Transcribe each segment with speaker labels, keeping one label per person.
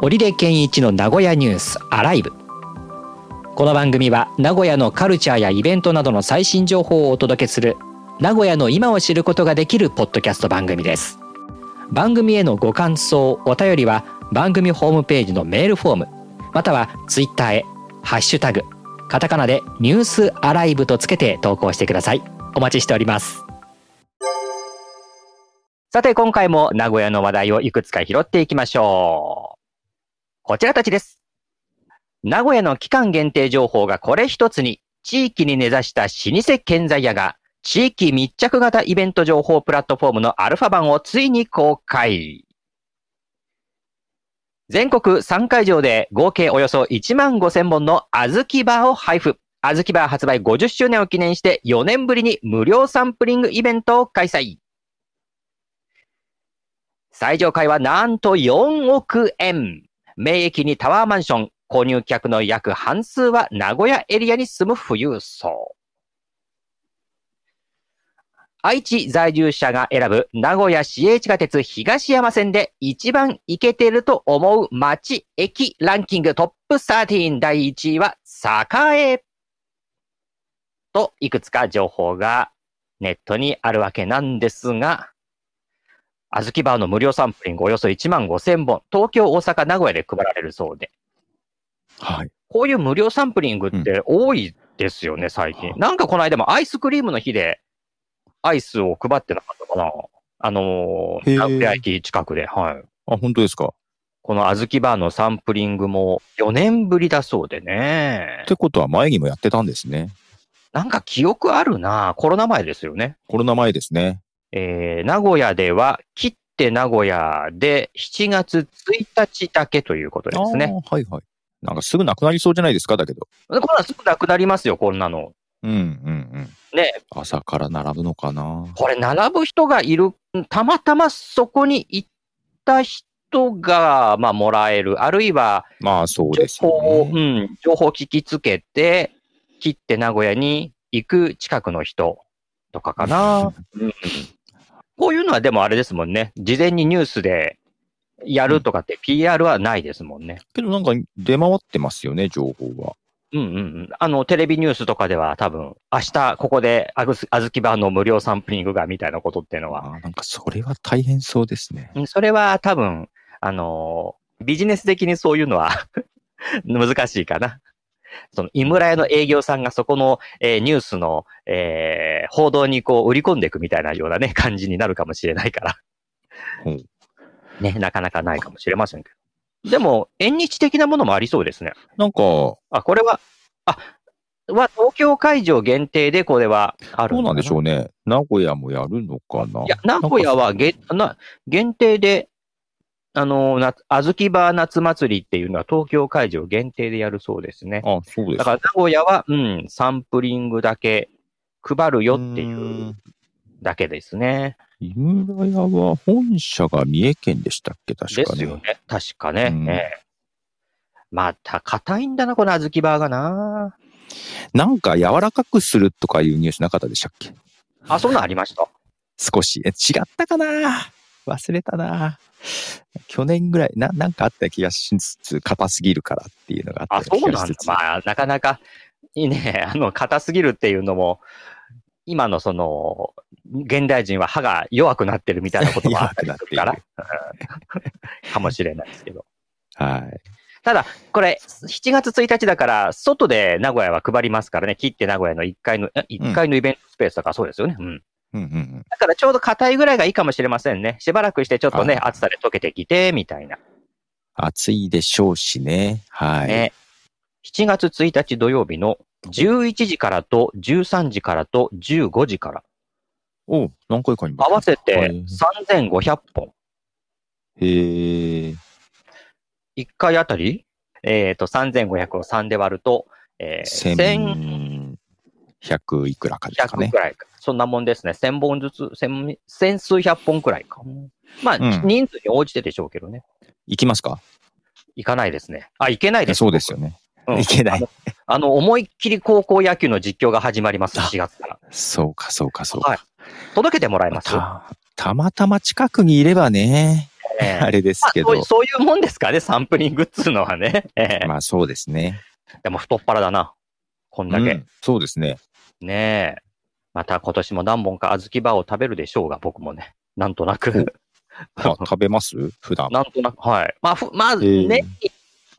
Speaker 1: 織出健一の名古屋ニュースアライブこの番組は名古屋のカルチャーやイベントなどの最新情報をお届けする名古屋の今を知ることができるポッドキャスト番組です番組へのご感想お便りは番組ホームページのメールフォームまたはツイッターへハッシュタグカタカナでニュースアライブとつけて投稿してくださいお待ちしておりますさて今回も名古屋の話題をいくつか拾っていきましょうこちらたちです名古屋の期間限定情報がこれ一つに地域に根ざした老舗建材屋が地域密着型イベント情報プラットフォームのアルファ版をついに公開。全国3会場で合計およそ1万5000本のあずきバーを配布。あずきバー発売50周年を記念して4年ぶりに無料サンプリングイベントを開催。最上階はなんと4億円。名駅にタワーマンション。購入客の約半数は名古屋エリアに住む富裕層。愛知在住者が選ぶ名古屋市営地下鉄東山線で一番イケてると思う街駅ランキングトップ13第1位は栄。といくつか情報がネットにあるわけなんですが、あずきバーの無料サンプリングおよそ1万5千本、東京、大阪、名古屋で配られるそうで、
Speaker 2: はい。
Speaker 1: こういう無料サンプリングって多いですよね、最近。なんかこの間もアイスクリームの日で、アイスを配ってなかったかな。あのー、
Speaker 2: へー
Speaker 1: 名古屋駅近くで、はい。
Speaker 2: あ、本当ですか。
Speaker 1: このあずきバーのサンプリングも4年ぶりだそうでね
Speaker 2: っ。てことは前にもやってたんですね。
Speaker 1: なんか記憶あるなコロナ前ですよね。
Speaker 2: コロナ前ですね。
Speaker 1: えー、名古屋では、切って名古屋で7月1日だけということですね。
Speaker 2: あーはいはい。なんかすぐなくなりそうじゃないですか、だけど。
Speaker 1: でこんなんすぐなくなりますよ、こんなの。
Speaker 2: うんうんうん。
Speaker 1: ね
Speaker 2: 朝から並ぶのかな。
Speaker 1: これ、並ぶ人がいる、たまたまそこに行った人が、まあ、もらえる、あるいは、
Speaker 2: まあそう
Speaker 1: 情
Speaker 2: です
Speaker 1: 報を、
Speaker 2: よ
Speaker 1: う
Speaker 2: ね。
Speaker 1: ん、情報を聞きつけて、切って名古屋に行く近くの人とかかな。こういうのはでもあれですもんね。事前にニュースでやるとかって PR はないですもんね。
Speaker 2: けどなんか出回ってますよね、情報は。
Speaker 1: うんうんうん。あの、テレビニュースとかでは多分、明日ここであぐすあずきバーの無料サンプリングがみたいなことっていうのは。
Speaker 2: あーなんかそれは大変そうですね。
Speaker 1: うんそれは多分、あのービジネス的にそういうのは 難しいかな。その、井村屋の営業さんがそこの、えーニュースの、えー報道にこう売り込んでいくみたいなようなね、 感じになるかもしれないから
Speaker 2: うん。
Speaker 1: ね、なかなかないかもしれませんけど。でも、縁日的なものもありそうですね。
Speaker 2: なんか、そ
Speaker 1: あ、これは、あ、は東京会場限定でこれはある
Speaker 2: うなんでしょ
Speaker 1: う
Speaker 2: うね。名古屋もやるのかない
Speaker 1: や、名古屋はげな限定で、あのー、なあずきバー夏祭りっていうのは東京会場限定でやるそうですね。
Speaker 2: あ、そうです
Speaker 1: だから名古屋は、うん、サンプリングだけ配るよっていう
Speaker 2: ー
Speaker 1: うんだけですね。
Speaker 2: 井村屋は本社が三重県でしたっけ確
Speaker 1: で
Speaker 2: か
Speaker 1: すよ
Speaker 2: ね。
Speaker 1: ね。確かね。
Speaker 2: うん
Speaker 1: ええまた、硬いんだな、このあずきバーがな。
Speaker 2: なんか柔らかくするとかいうニュースなかったでしたっけ
Speaker 1: あ、そんなんありました。
Speaker 2: 少し。え違ったかな忘れたな。去年ぐらい、な、なんかあった気がしつつ、硬すぎるからっていうのがあ
Speaker 1: あ、
Speaker 2: った
Speaker 1: そ
Speaker 2: 気
Speaker 1: う
Speaker 2: が
Speaker 1: なん
Speaker 2: し
Speaker 1: だ
Speaker 2: つ。つ。
Speaker 1: まあ、なかなか、いいね、 あの、硬すぎるっていうのも、今のその、現代人は歯が弱くなってるみたいなこと もあったりするから、うんかもしれないですけど。
Speaker 2: はい。
Speaker 1: これ、7月1日だから、外で名古屋は配りますからね、切って名古屋の1階の、1階のイベントスペースだからそうですよね。うん。
Speaker 2: うんうんうん。
Speaker 1: だからちょうど硬いぐらいがいいかもしれませんね。しばらくしてちょっとね、
Speaker 2: あ
Speaker 1: 暑さで溶けてきて、みたいな。
Speaker 2: 暑いでしょうしね。はい。
Speaker 1: ね。7月1日土曜日の11時からと13時からと15時から、
Speaker 2: おう何回かに分
Speaker 1: 合
Speaker 2: け
Speaker 1: わせ
Speaker 2: は
Speaker 1: て
Speaker 2: い
Speaker 1: 3500本。
Speaker 2: へえ。
Speaker 1: 1回あたり、えっ、と、3500を3で割ると、えー、
Speaker 2: 千百いくらかですか
Speaker 1: 1100
Speaker 2: ね
Speaker 1: く。らいか。そんなもんですね。1000本ずつ、千千数百本くらいか。まあ、
Speaker 2: うん
Speaker 1: 人数に応じてでしょうけどね。
Speaker 2: 行きますか
Speaker 1: いかないですね。あ、いけないです。
Speaker 2: そうですよね。
Speaker 1: うん
Speaker 2: いけない。
Speaker 1: あの、思いっきり高校野球の実況が始まります、4月から。
Speaker 2: そうか、そうか、そう
Speaker 1: はい
Speaker 2: か。。
Speaker 1: 届けてもらいます。
Speaker 2: たたまたま近くにいればね、
Speaker 1: ええ
Speaker 2: あれですけ
Speaker 1: まあ
Speaker 2: ど
Speaker 1: そう。そういうもんですかね、サンプリングっつうのはね。 ええ
Speaker 2: まあそうですね。
Speaker 1: でも太っ腹だな。こんだけ。
Speaker 2: うんそうですね。
Speaker 1: ねえ。また今年も何本か小豆バーを食べるでしょうが、僕もね。なんとなく。
Speaker 2: あ食べます普段。
Speaker 1: なんとなく、はい。まあ、ふまあ、
Speaker 2: ええ
Speaker 1: 年に1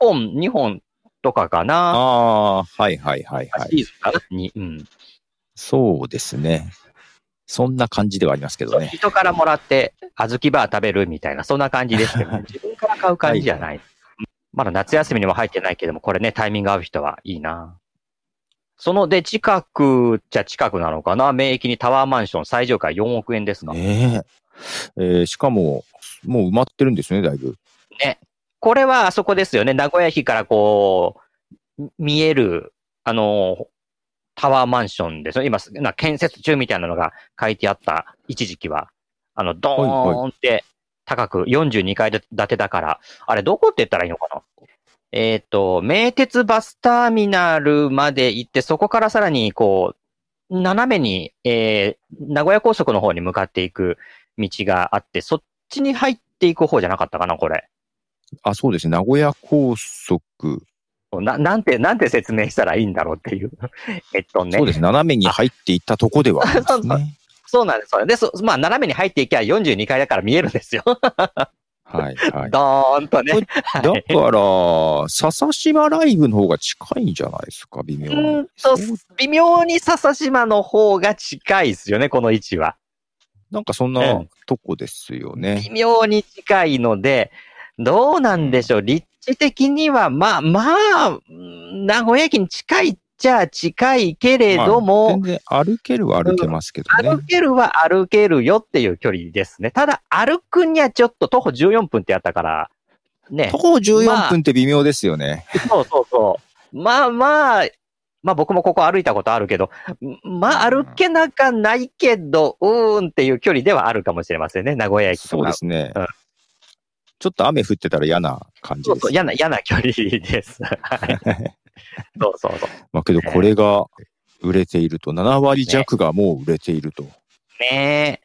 Speaker 1: 本、2本とかかな。
Speaker 2: ああー、はいはいはいは
Speaker 1: シ
Speaker 2: い。
Speaker 1: ーズンかな。にうん。
Speaker 2: そうですね。そんな感じではありますけどね。
Speaker 1: 人からもらって、小豆バー食べるみたいな、そんな感じですけど、 ね、自分から買う感じじゃない。まだ夏休みにも入ってないけども、これね、タイミング合う人はいいな。その、で、近くっちゃ近くなのかな名駅にタワーマンション最上階4億円ですか、
Speaker 2: ねええーしかも、もう埋まってるんですよね、だいぶ。
Speaker 1: これはあそこですよね。名古屋駅からこう、み見える、あの、タワーマンションですよ。今、な建設中みたいなのが書いてあった、一時期は。あの、ドーンって高く、42階建てだから、あれ、どこって言ったらいいのかなえっ、と、名鉄バスターミナルまで行って、そこからさらに、こう、斜めに、えー、名古屋高速の方に向かっていく道があって、そっちに入っていく方じゃなかったかな、これ。
Speaker 2: あ、そうですね。名古屋高速。
Speaker 1: ななんて、なんて説明したらいいんだろうっていう。 えっとね。
Speaker 2: そうですね。斜めに入っていったとこではありますね。
Speaker 1: そうなんです。で、そまあ、斜めに入っていきゃ42階だから見えるんですよ。
Speaker 2: はいはい。
Speaker 1: ドーンとね。
Speaker 2: だから、笹島ライブの方が近いんじゃないですか、微妙
Speaker 1: う
Speaker 2: に。
Speaker 1: ーんと、微妙に笹島の方が近いですよね、この位置は。
Speaker 2: なんかそん
Speaker 1: う
Speaker 2: なんとこですよね。
Speaker 1: 微妙に近いので、どうなんでしょう。立地的には、まあ、まあ、うん名古屋駅に近いっちゃ近いけれども、
Speaker 2: まあ全然歩けるは歩けますけど
Speaker 1: 歩
Speaker 2: ね。
Speaker 1: けるは歩けるよっていう距離ですね。ただ、歩くにはちょっと徒歩14分ってやったから、ね
Speaker 2: 徒。歩
Speaker 1: まあ
Speaker 2: 14分って微妙ですよね。
Speaker 1: そうそうそう。まあまあ、まあ僕もここ歩いたことあるけど、まあ歩けなかないけど、うーんっていう距離ではあるかもしれませんね、名古屋駅とか。
Speaker 2: そうですね
Speaker 1: うん。
Speaker 2: ちょっと雨降ってたら嫌な感じ
Speaker 1: そう
Speaker 2: です
Speaker 1: そう。。嫌な、嫌な距離です。はい。そうそうそう。
Speaker 2: まあけどこれが売れていると、7割弱がもう売れていると。
Speaker 1: ね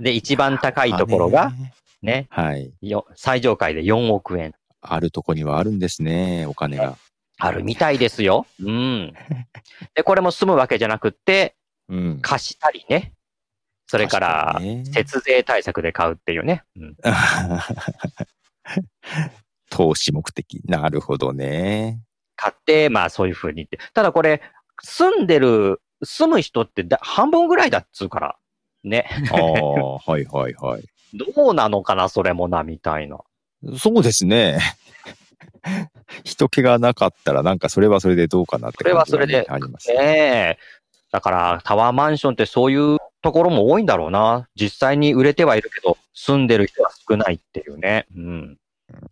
Speaker 1: え。で、一番高いところが
Speaker 2: あ、ね
Speaker 1: ね、
Speaker 2: はい。
Speaker 1: よ最上階で4億円
Speaker 2: あるとこにはあるんですね、お金が。
Speaker 1: あるみたいですよ。うん。で、これも住むわけじゃなくって、
Speaker 2: うん。
Speaker 1: 貸したりね。そ
Speaker 2: そ
Speaker 1: れから、節税対策で買うっていうね。うん、
Speaker 2: 投資目的。なるほどね。
Speaker 1: 買って、まあそういうふうにって。ただこれ、住んでる、住む人ってだ半分ぐらいだっつうから。ね。
Speaker 2: ああ、はいはいはい。
Speaker 1: どうなのかな、それもな、みたいな。
Speaker 2: そうですね。 人気がなかったら、なんかそれはそれでどうかなって感じ
Speaker 1: それはそれで
Speaker 2: ねありますね。
Speaker 1: ねえ。だから、タワーマンションってそういうところも多いんだろうな。実際に売れてはいるけど、住んでる人は少ないっていうね。うん。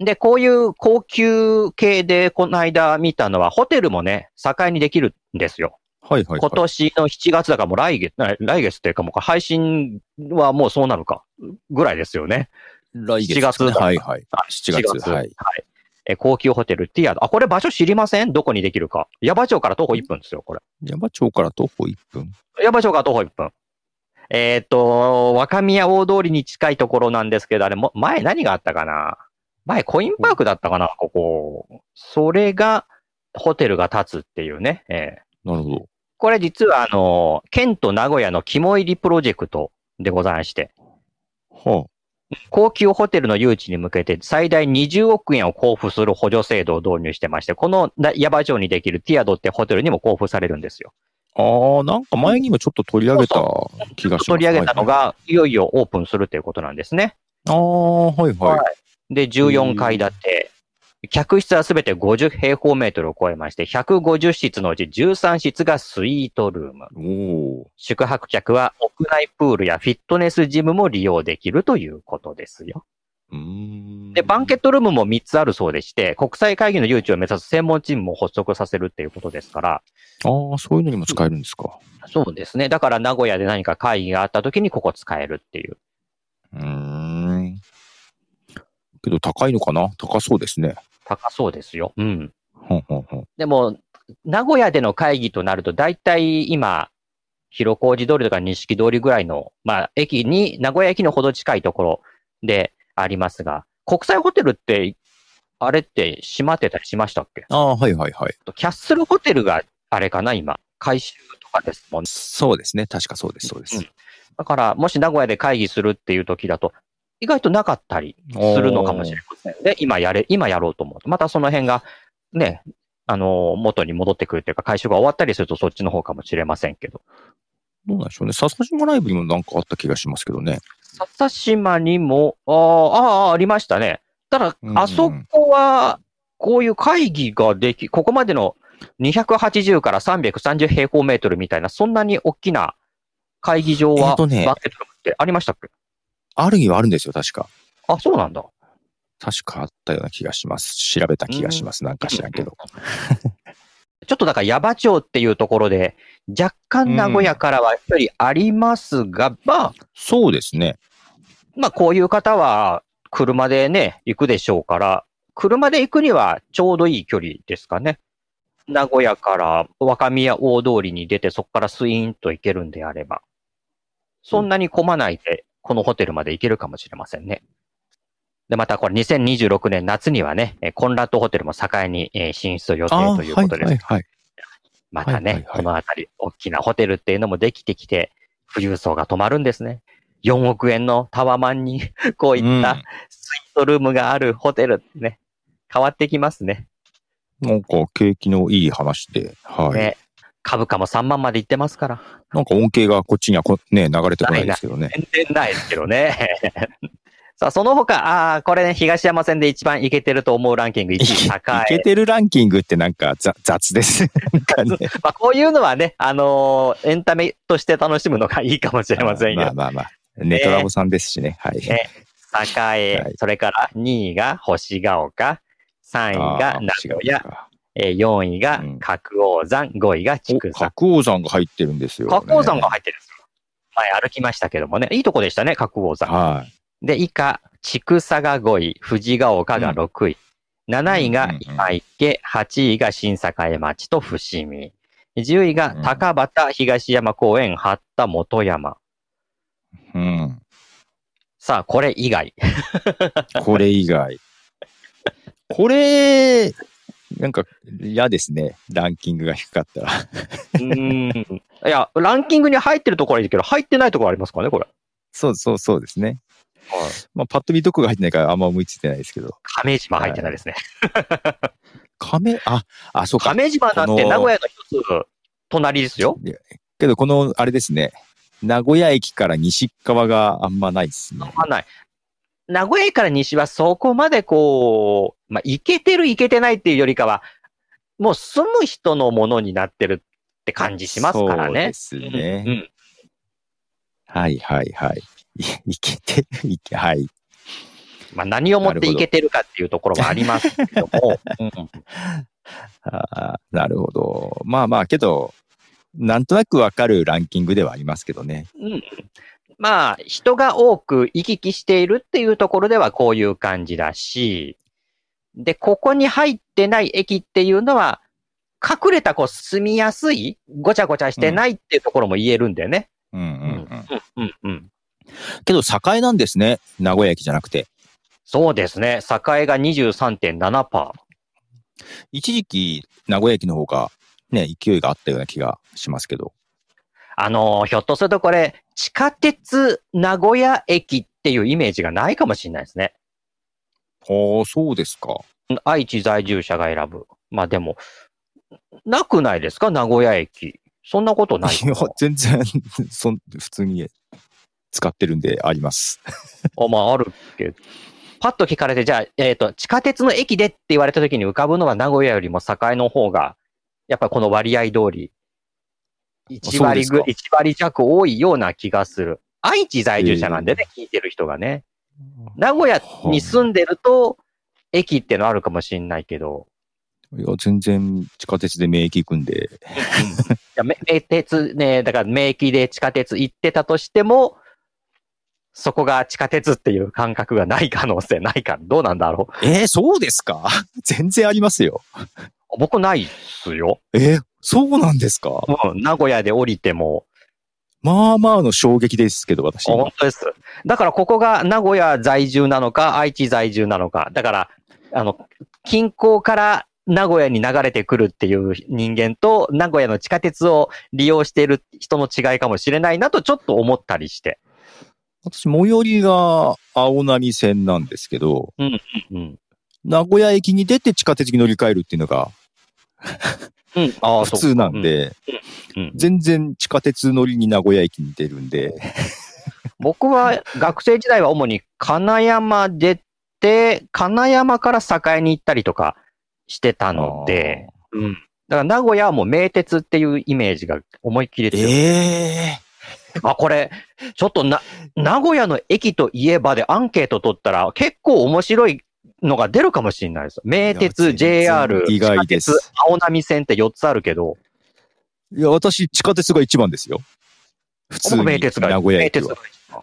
Speaker 1: で、こういう高級系で、この間見たのは、ホテルもね、境にできるんですよ。
Speaker 2: はいはい、
Speaker 1: 今
Speaker 2: はい。
Speaker 1: 年の7月だからもう来月、来来月っていうかもう配信はもうそうなのか、ぐらいですよね。
Speaker 2: 来
Speaker 1: 7月だから
Speaker 2: はいはい。7月。はい。
Speaker 1: え、高級ホテルってや、あ、これ場所知りませんどこにできるか。矢場町から徒歩1分ですよ、これ。
Speaker 2: 山町から徒歩1分。
Speaker 1: 矢場町から徒歩1分。えっ、と、若宮大通りに近いところなんですけど、あれも、前何があったかな前コインパークだったかなここ。それが、ホテルが建つっていうね。ええ
Speaker 2: なるほど。
Speaker 1: これ実は、あの、県と名古屋の肝入りプロジェクトでございまして、
Speaker 2: は
Speaker 1: 高級ホテルの誘致に向けて最大20億円を交付する補助制度を導入してまして、このな矢場町にできるティアドってホテルにも交付されるんですよ。
Speaker 2: あ。ああ、なんか前にもちょっと取り上げた気がします。
Speaker 1: 取り上げたのが、いよいよオープンするということなんですね。
Speaker 2: はいはい。ああ、はいはい。
Speaker 1: で、14階建て。客室はすべて50平方メートルを超えまして、150室のうち13室がスイートルーム。
Speaker 2: おお。
Speaker 1: 宿泊客は屋内プールやフィットネスジムも利用できるということですよ。
Speaker 2: うーん。
Speaker 1: で、バンケットルームも3つあるそうでして、国際会議の誘致を目指す専門チームも発足させるっていうことですから、
Speaker 2: ああ、そういうのにも使えるんですか。
Speaker 1: そうですね。だから名古屋で何か会議があった時にここ使えるっていう。
Speaker 2: うーん。けど高いのかな高そうですね。
Speaker 1: 高そうですよ。うん。
Speaker 2: ほんほんほん。
Speaker 1: でも、名古屋での会議となると、大体今、広小路通りとか錦通りぐらいの、まあ、駅に、名古屋駅のほど近いところでありますが、国際ホテルって、あれって閉まってたりしましたっけ
Speaker 2: ああ、はいはいはい。
Speaker 1: キャッスルホテルがあれかな、今。改修とかですもんね。
Speaker 2: そうですね。確かそうです、そうです。
Speaker 1: うんだから、もし名古屋で会議するっていう時だと、意外となかったりするのかもしれません。で、今やれ、今やろうと思うと、またその辺が、ね、あの、元に戻ってくるというか、回収が終わったりするとそっちの方かもしれませんけど。
Speaker 2: どうなんでしょうね。笹島ライブにもなんかあった気がしますけどね。
Speaker 1: 笹島にも、あーあー、ありましたね。ただ
Speaker 2: う、ん
Speaker 1: あそこは、こういう会議ができ、ここまでの280から330平方メートルみたいな、そんなに大きな会議場
Speaker 2: え
Speaker 1: は、
Speaker 2: っとね
Speaker 1: バスケットロームってありましたっけ
Speaker 2: あるにはあるんですよ、確か。
Speaker 1: あ、そうなんだ。
Speaker 2: 確かあったような気がします。調べた気がします。なんか知らんけど。
Speaker 1: ちょっとだから、矢場町っていうところで、若干名古屋からは距離ありますが、まあ、
Speaker 2: そうですね。
Speaker 1: まあ、こういう方は、車でね、行くでしょうから、車で行くにはちょうどいい距離ですかね。名古屋から若宮大通りに出て、そこからスイーンと行けるんであれば、そんなに混まないで、このホテルまで行けるかもしれませんね。で、またこれ2026年夏にはね、えーコンラッドホテルも栄にえー進出を予
Speaker 2: ああ、
Speaker 1: 定ということです
Speaker 2: はいはいはい。
Speaker 1: またね、
Speaker 2: はいはいはい
Speaker 1: このあたり、大きなホテルっていうのもできてきて、富裕層が泊まるんですね。4億円のタワマンに、 こういったスイートルームがあるホテルね、変わってきますね。
Speaker 2: なんか景気のいい話で、はい。
Speaker 1: ね株価も3万までいってますから。
Speaker 2: なんか恩恵がこっちにはこね、流れてこないですけどね。
Speaker 1: 全然ないですけどね。 さあ、その他、あーこれね、東山線で一番いけてると思うランキング1位高
Speaker 2: い
Speaker 1: い。
Speaker 2: けてるランキングってなんかざ雑 です。なんかね。
Speaker 1: まあ、こういうのはね、あのーエンタメとして楽しむのがいいかもしれませんよ。
Speaker 2: まあまあまあ。ネトラボさんですしね。はい。
Speaker 1: ね栄、
Speaker 2: はい
Speaker 1: それから2位が星ヶ丘、3位が名古屋、えー4位が
Speaker 2: うん
Speaker 1: 角王山、5位が
Speaker 2: 角
Speaker 1: 筑山。
Speaker 2: 王山が入ってるんですよ、ね。
Speaker 1: 角王山が入ってるんですよ。前歩きましたけどもね、いいとこでしたね、角王山。
Speaker 2: は
Speaker 1: で、以下、筑佐が5位、藤ヶ丘が6位、7位
Speaker 2: うん
Speaker 1: が
Speaker 2: うんうん
Speaker 1: 今池、8位が新栄町と伏見、10位が
Speaker 2: うん
Speaker 1: 高畑、東山公園、八田、元山。
Speaker 2: い。うん。
Speaker 1: さあ、これ以外。
Speaker 2: これ以外。 これ、なんか嫌ですね。ランキングが低かったら。
Speaker 1: うーんいや、ランキングに入ってるところはいいけど、入ってないところありますからね、これ。
Speaker 2: そうそうそうですね。まあ、パッと見どこが入ってないからあんま思いついてないですけど。
Speaker 1: 亀島入ってないですね。
Speaker 2: 亀、あ、あ、そうか。
Speaker 1: 亀島なん
Speaker 2: こ
Speaker 1: て
Speaker 2: の
Speaker 1: 名古屋の一つ隣ですよ。
Speaker 2: いやけど、この、あれですね。名古屋駅から西側があんまないですね。
Speaker 1: わかんない。名古屋から西はそこまでこう、まあ、行けてる行けてないっていうよりかは、もう住む人のものになってるって感じしますからね。
Speaker 2: そうですね。
Speaker 1: うんうん
Speaker 2: はいはいはい。い いけてる、いけ、 はい。
Speaker 1: まあ、何をもって行けてるかっていうところはありますけども。 うん
Speaker 2: あーなるほど。まあまあ、けど、なんとなくわかるランキングではありますけどね。
Speaker 1: うんまあ、人が多く行き来しているっていうところではこういう感じだし、で、ここに入ってない駅っていうのは、隠れたこう住みやすい、ごちゃごちゃしてないっていうところも言えるんだよね。
Speaker 2: うんうんうん。
Speaker 1: うん、うん、うん。
Speaker 2: けど、栄なんですね。名古屋駅じゃなくて。
Speaker 1: そうですね。栄が23.7%。
Speaker 2: 一時期、名古屋駅の方が、ね、勢いがあったような気がしますけど。
Speaker 1: あのーひょっとするとこれ、地下鉄名古屋駅っていうイメージがないかもしれないですね。
Speaker 2: ああ、そうですか。
Speaker 1: 愛知在住者が選ぶ。まあでも、なくないですか名古屋駅。そんなことないか
Speaker 2: いや
Speaker 1: な。
Speaker 2: 全然、そん普通に使ってるんであります。
Speaker 1: あ、まああるけど。パッと聞かれて、じゃあ、えっ、と、地下鉄の駅でって言われた時に浮かぶのは名古屋よりも栄の方が、やっぱりこの割合通り、1割ぐ
Speaker 2: そう、で
Speaker 1: 1割弱多いような気がする。愛知在住者なんでね、聞いてる人がね。名古屋に住んでると、駅ってのあるかもしれないけど、
Speaker 2: いや、全然地下鉄で名駅行くんで。
Speaker 1: いや、め名鉄ね、だから名駅で地下鉄行ってたとしても、そこが地下鉄っていう感覚がない可能性ないから、どうなんだろ
Speaker 2: えー、そうですか 全然ありますよ。
Speaker 1: う。僕ないっすよ。
Speaker 2: えー、そうなんですか
Speaker 1: うん名古屋で降りても、
Speaker 2: まあまあの衝撃ですけど、私。
Speaker 1: 本当です。だからここが名古屋在住なのか、愛知在住なのか。だから、あの、近郊から名古屋に流れてくるっていう人間と、名古屋の地下鉄を利用している人の違いかもしれないなとちょっと思ったりして。
Speaker 2: 私、最寄りが青波線なんですけど、
Speaker 1: うん。
Speaker 2: 名古屋駅に出て地下鉄に乗り換えるっていうのが
Speaker 1: うん。ああ、
Speaker 2: 普通なんで、
Speaker 1: そう。うん
Speaker 2: 全然地下鉄乗りに名古屋駅に出るんで、
Speaker 1: 僕は学生時代は主に金山出て、金山から栄に行ったりとかしてたので、うん。だから名古屋はもう名鉄っていうイメージが思いっきり
Speaker 2: え
Speaker 1: 強い。
Speaker 2: え
Speaker 1: あ、これ、ちょっとな、名古屋の駅といえばでアンケート取ったら結構面白いのが出るかもしれないです。名
Speaker 2: いや
Speaker 1: 鉄、
Speaker 2: 全然
Speaker 1: JR、
Speaker 2: 意外です
Speaker 1: 地下鉄青波線って4つあるけど、
Speaker 2: いや、私、地下鉄が一番ですよ。普通に
Speaker 1: 僕名鉄がいい
Speaker 2: 名古屋
Speaker 1: 名
Speaker 2: 駅
Speaker 1: 鉄
Speaker 2: は
Speaker 1: が。いい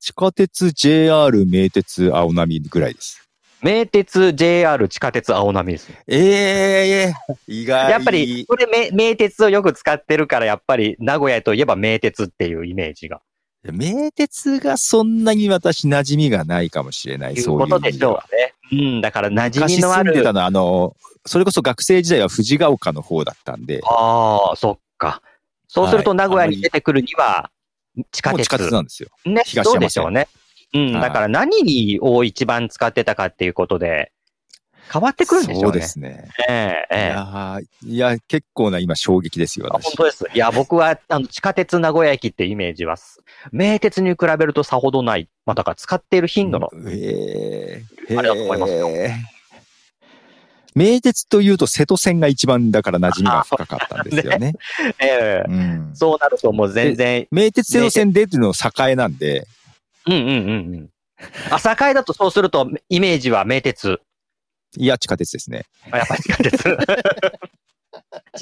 Speaker 2: 地下鉄、JR、名鉄、青波ぐらいです。
Speaker 1: 名鉄、JR、地下鉄、青波ですね。
Speaker 2: ええ意外
Speaker 1: やっぱり、これ名、名鉄をよく使ってるから、やっぱり、名古屋といえば名鉄っていうイメージが。
Speaker 2: 名鉄がそんなに私馴染みがないかもしれない。
Speaker 1: いう
Speaker 2: そういう
Speaker 1: こと
Speaker 2: 意
Speaker 1: で
Speaker 2: 味
Speaker 1: し
Speaker 2: で
Speaker 1: ょ
Speaker 2: は。
Speaker 1: うね。うん、だから、馴染
Speaker 2: 昔
Speaker 1: みのあ
Speaker 2: 住んで
Speaker 1: る。
Speaker 2: たのは、あの、それこそ学生時代は藤ヶ丘の方だったんで、
Speaker 1: ああ、そっか。そうすると、
Speaker 2: はい
Speaker 1: 名古屋に出てくるには、地下
Speaker 2: もう
Speaker 1: 鉄。
Speaker 2: 地下鉄なんですよ。
Speaker 1: ね、
Speaker 2: 東山線
Speaker 1: そうでしょうね。うん、
Speaker 2: はい
Speaker 1: だから何にを一番使ってたかっていうことで、変わってくるんでしょうね。
Speaker 2: そうですね。
Speaker 1: えええ
Speaker 2: い
Speaker 1: え
Speaker 2: やーいや、結構な今衝撃ですよ、
Speaker 1: あ本。
Speaker 2: 私
Speaker 1: 当です。いや、僕は、あの、地下鉄名古屋駅ってイメージは、名鉄に比べるとさほどない。まあ、だから使っている頻度の
Speaker 2: ええ
Speaker 1: あれだと思いますよ
Speaker 2: へー名鉄というと瀬戸線が一番だから馴染みが深かったんですよね。
Speaker 1: ええ
Speaker 2: うん
Speaker 1: そうなるともう全然、
Speaker 2: 名鉄瀬戸線出てるの栄なんで、
Speaker 1: うんうんうんうん。朝会だとそうすると、イメージは名鉄。
Speaker 2: いや、地下鉄ですね。
Speaker 1: あやっぱり地下 鉄。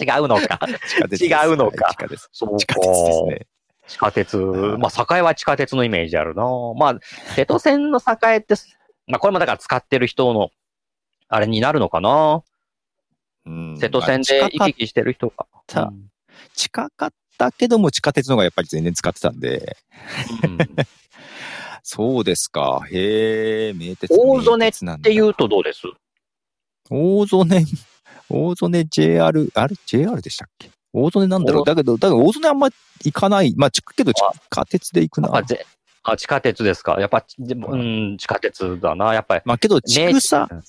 Speaker 1: 違うのか。
Speaker 2: 地下鉄です
Speaker 1: 違うのか
Speaker 2: はい地下鉄。
Speaker 1: そうか
Speaker 2: 地下鉄ですね。
Speaker 1: 地下鉄。まあ、栄は地下鉄のイメージあるな。まあ、瀬戸線の栄って、まあ、これもだから使ってる人の、あれになるのかな。
Speaker 2: うん
Speaker 1: 瀬戸線で
Speaker 2: まあ
Speaker 1: 行き来してる人が。
Speaker 2: 近かった近かったけども地下鉄の方がやっぱり全然使ってたんで、
Speaker 1: うんうん
Speaker 2: そうですか。へえ、名鉄。
Speaker 1: 大曽根
Speaker 2: 名鉄なん
Speaker 1: っ
Speaker 2: だ
Speaker 1: ていうとどうです
Speaker 2: 大曽根、大曽根 JR、あれ ?JR でしたっけ大曽根なんだろう
Speaker 1: お
Speaker 2: だけど、だから大曽根あんま行かない。まあ、ちけど地下鉄で行くな
Speaker 1: あ。ぜあ地下鉄ですか。やっぱ、でもうん、地下鉄だな。やっぱり。
Speaker 2: まあ、けど、千草、
Speaker 1: ね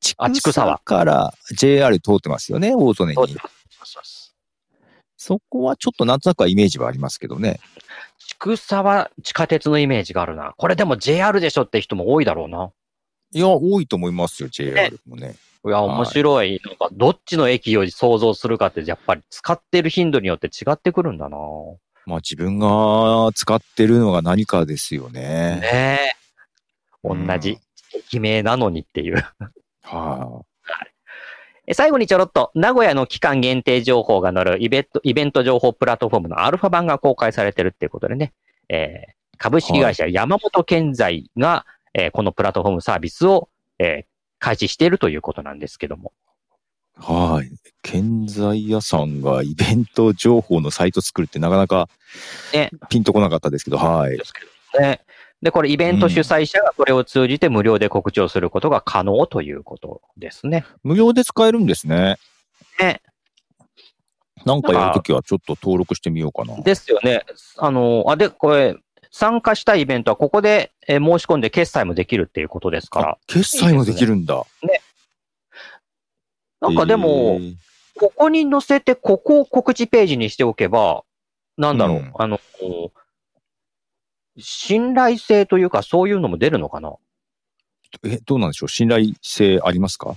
Speaker 2: 千
Speaker 1: あ千
Speaker 2: 草
Speaker 1: 草
Speaker 2: から JR 通ってますよね、大曽根
Speaker 1: そうで
Speaker 2: に
Speaker 1: す。そうです
Speaker 2: そこはちょっとなんとなくはイメージはありますけどね。
Speaker 1: 千草は地下鉄のイメージがあるな。これでも JR でしょって人も多いだろうな。
Speaker 2: いや、多いと思いますよ、JR もね。
Speaker 1: いや、
Speaker 2: はい
Speaker 1: 面白い。なんか、どっちの駅を想像するかって、やっぱり使ってる頻度によって違ってくるんだな。
Speaker 2: まあ、自分が使ってるのが何かですよね。
Speaker 1: ねえ。同
Speaker 2: うん
Speaker 1: じ駅名なのにっていう。
Speaker 2: は
Speaker 1: え最後にちょろっと、名古屋の期間限定情報が載るイベントイベント情報プラットフォームのアルファ版が公開されてるっていうことでね、えー株式会社山本建材が、えーこのプラットフォームサービスを、えー開始しているということなんですけども。
Speaker 2: い。はい。建材屋さんがイベント情報のサイト作るってなかなか
Speaker 1: ね
Speaker 2: ピンとこなかったですけど、はい。
Speaker 1: ですけどね。で、これイベント主催者がこれを通じて無料で告知をすることが可能ということですね。
Speaker 2: 無料で使えるんですね。
Speaker 1: ね。
Speaker 2: なんかやるときはちょっと登録してみようかな。
Speaker 1: ですよね。あの、あ、で、これ、参加したいイベントはここで、えー申し込んで決済もできるっていうことですから
Speaker 2: あ。決済もできるんだ。
Speaker 1: なんかでも、
Speaker 2: えー
Speaker 1: ここに載せて、ここを告知ページにしておけば、なんだろう、
Speaker 2: うん
Speaker 1: あの、こう信頼性というか、そういうのも出るのかな
Speaker 2: え、どうなんでしょう信頼性ありますか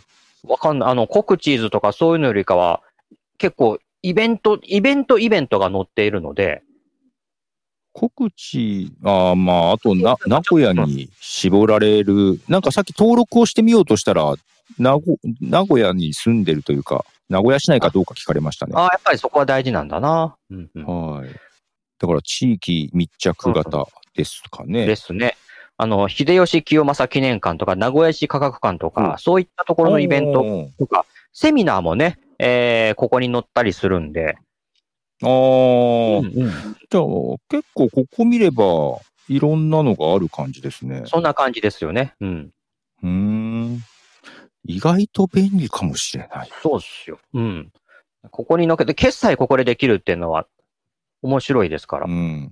Speaker 1: わかんない。あの、コクチーズとかそういうのよりかは、結構、イベント、イベント、イベントが載っているので、
Speaker 2: 告知、あーまあ、あとな、名古屋に絞られる、なんかさっき登録をしてみようとしたら、名古名古屋に住んでるというか、名古屋市内かどうか聞かれましたね。
Speaker 1: ああ、やっぱりそこは大事なんだな。うんうん、
Speaker 2: はい。だから地域密着型ですか
Speaker 1: で
Speaker 2: ね。
Speaker 1: すね。あの、秀吉清正記念館とか、名古屋市科学館とか、
Speaker 2: うん
Speaker 1: そういったところのイベント
Speaker 2: ト。
Speaker 1: とか、セミナーもね、えーここに載ったりするんで、
Speaker 2: ああ、
Speaker 1: うんうん
Speaker 2: じゃあ結構ここ見ればいろんなのがある感じですね。
Speaker 1: そんな感じですよね。うん。
Speaker 2: うーん。意外と便利かもしれない。
Speaker 1: そうっすよ。うん。ここに乗っけて、決済ここでできるっていうのは面白いですから。
Speaker 2: うん。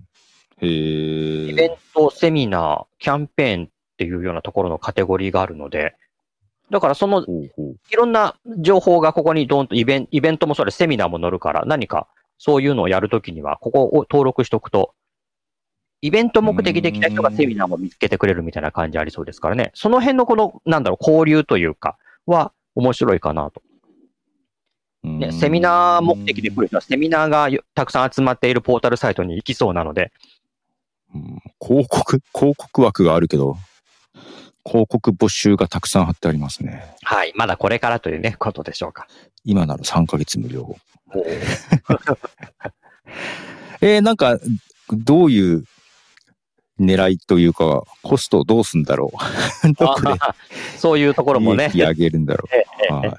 Speaker 1: イ
Speaker 2: へ
Speaker 1: ベン
Speaker 2: え。
Speaker 1: ト、セミナー、キャンペーンっていうようなところのカテゴリーがあるので、だからその
Speaker 2: ほうほう
Speaker 1: いろんな情報がここにドンとイベン、イベントもそれセミナーも載るから、何かそういうのをやるときには、ここを登録しとくと、イベント目的で来た人がセミナーも見つけてくれるみたいな感じありそうですからね。その辺のこの、なんだろう、交流というか、は面白いかなと。
Speaker 2: う
Speaker 1: ね、
Speaker 2: ん
Speaker 1: セミナー目的で来る人は、セミナーがよたくさん集まっているポータルサイトに行きそうなので、
Speaker 2: うん広告、広告枠があるけど、広告募集がたくさん貼ってありますね。
Speaker 1: はい、まだこれからというね、ことでしょ うか。
Speaker 2: 今なら3ヶ月無料。えー、なんか、どういう狙いというか、コストどうすんだろう。 どこで
Speaker 1: あーそういうところもね、
Speaker 2: 利益上げるんだろう。はい。
Speaker 1: ま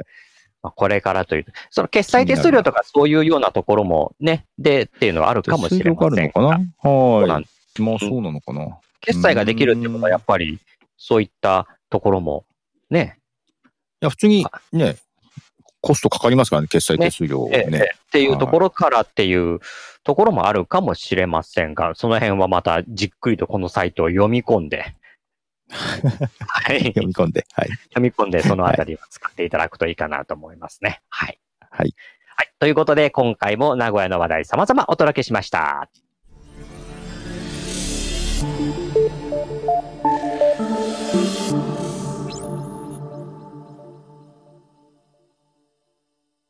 Speaker 1: あこれからという、その決済手数料とかそういうようなところもね、でっていうのはあるかもしれません
Speaker 2: 手数料があ
Speaker 1: が
Speaker 2: る、のかなは
Speaker 1: そ
Speaker 2: ー
Speaker 1: う
Speaker 2: い。
Speaker 1: なん
Speaker 2: まあそうなのかな。
Speaker 1: 決済ができるってことは、やっぱりそういったところもね、
Speaker 2: いや、普通にね、コストかかりますからね、決済手数料ね。
Speaker 1: ええっていうところからっていうところもあるかもしれませんが、その辺はまたじっくりとこのサイトを読み込ん で、はい。
Speaker 2: 読み込んで。はい。
Speaker 1: 読み込んで、そのあたりを使っていただくといいかなと思いますね。はい。
Speaker 2: はい。
Speaker 1: はい。ということで、今回も名古屋の話題様々お届けしました。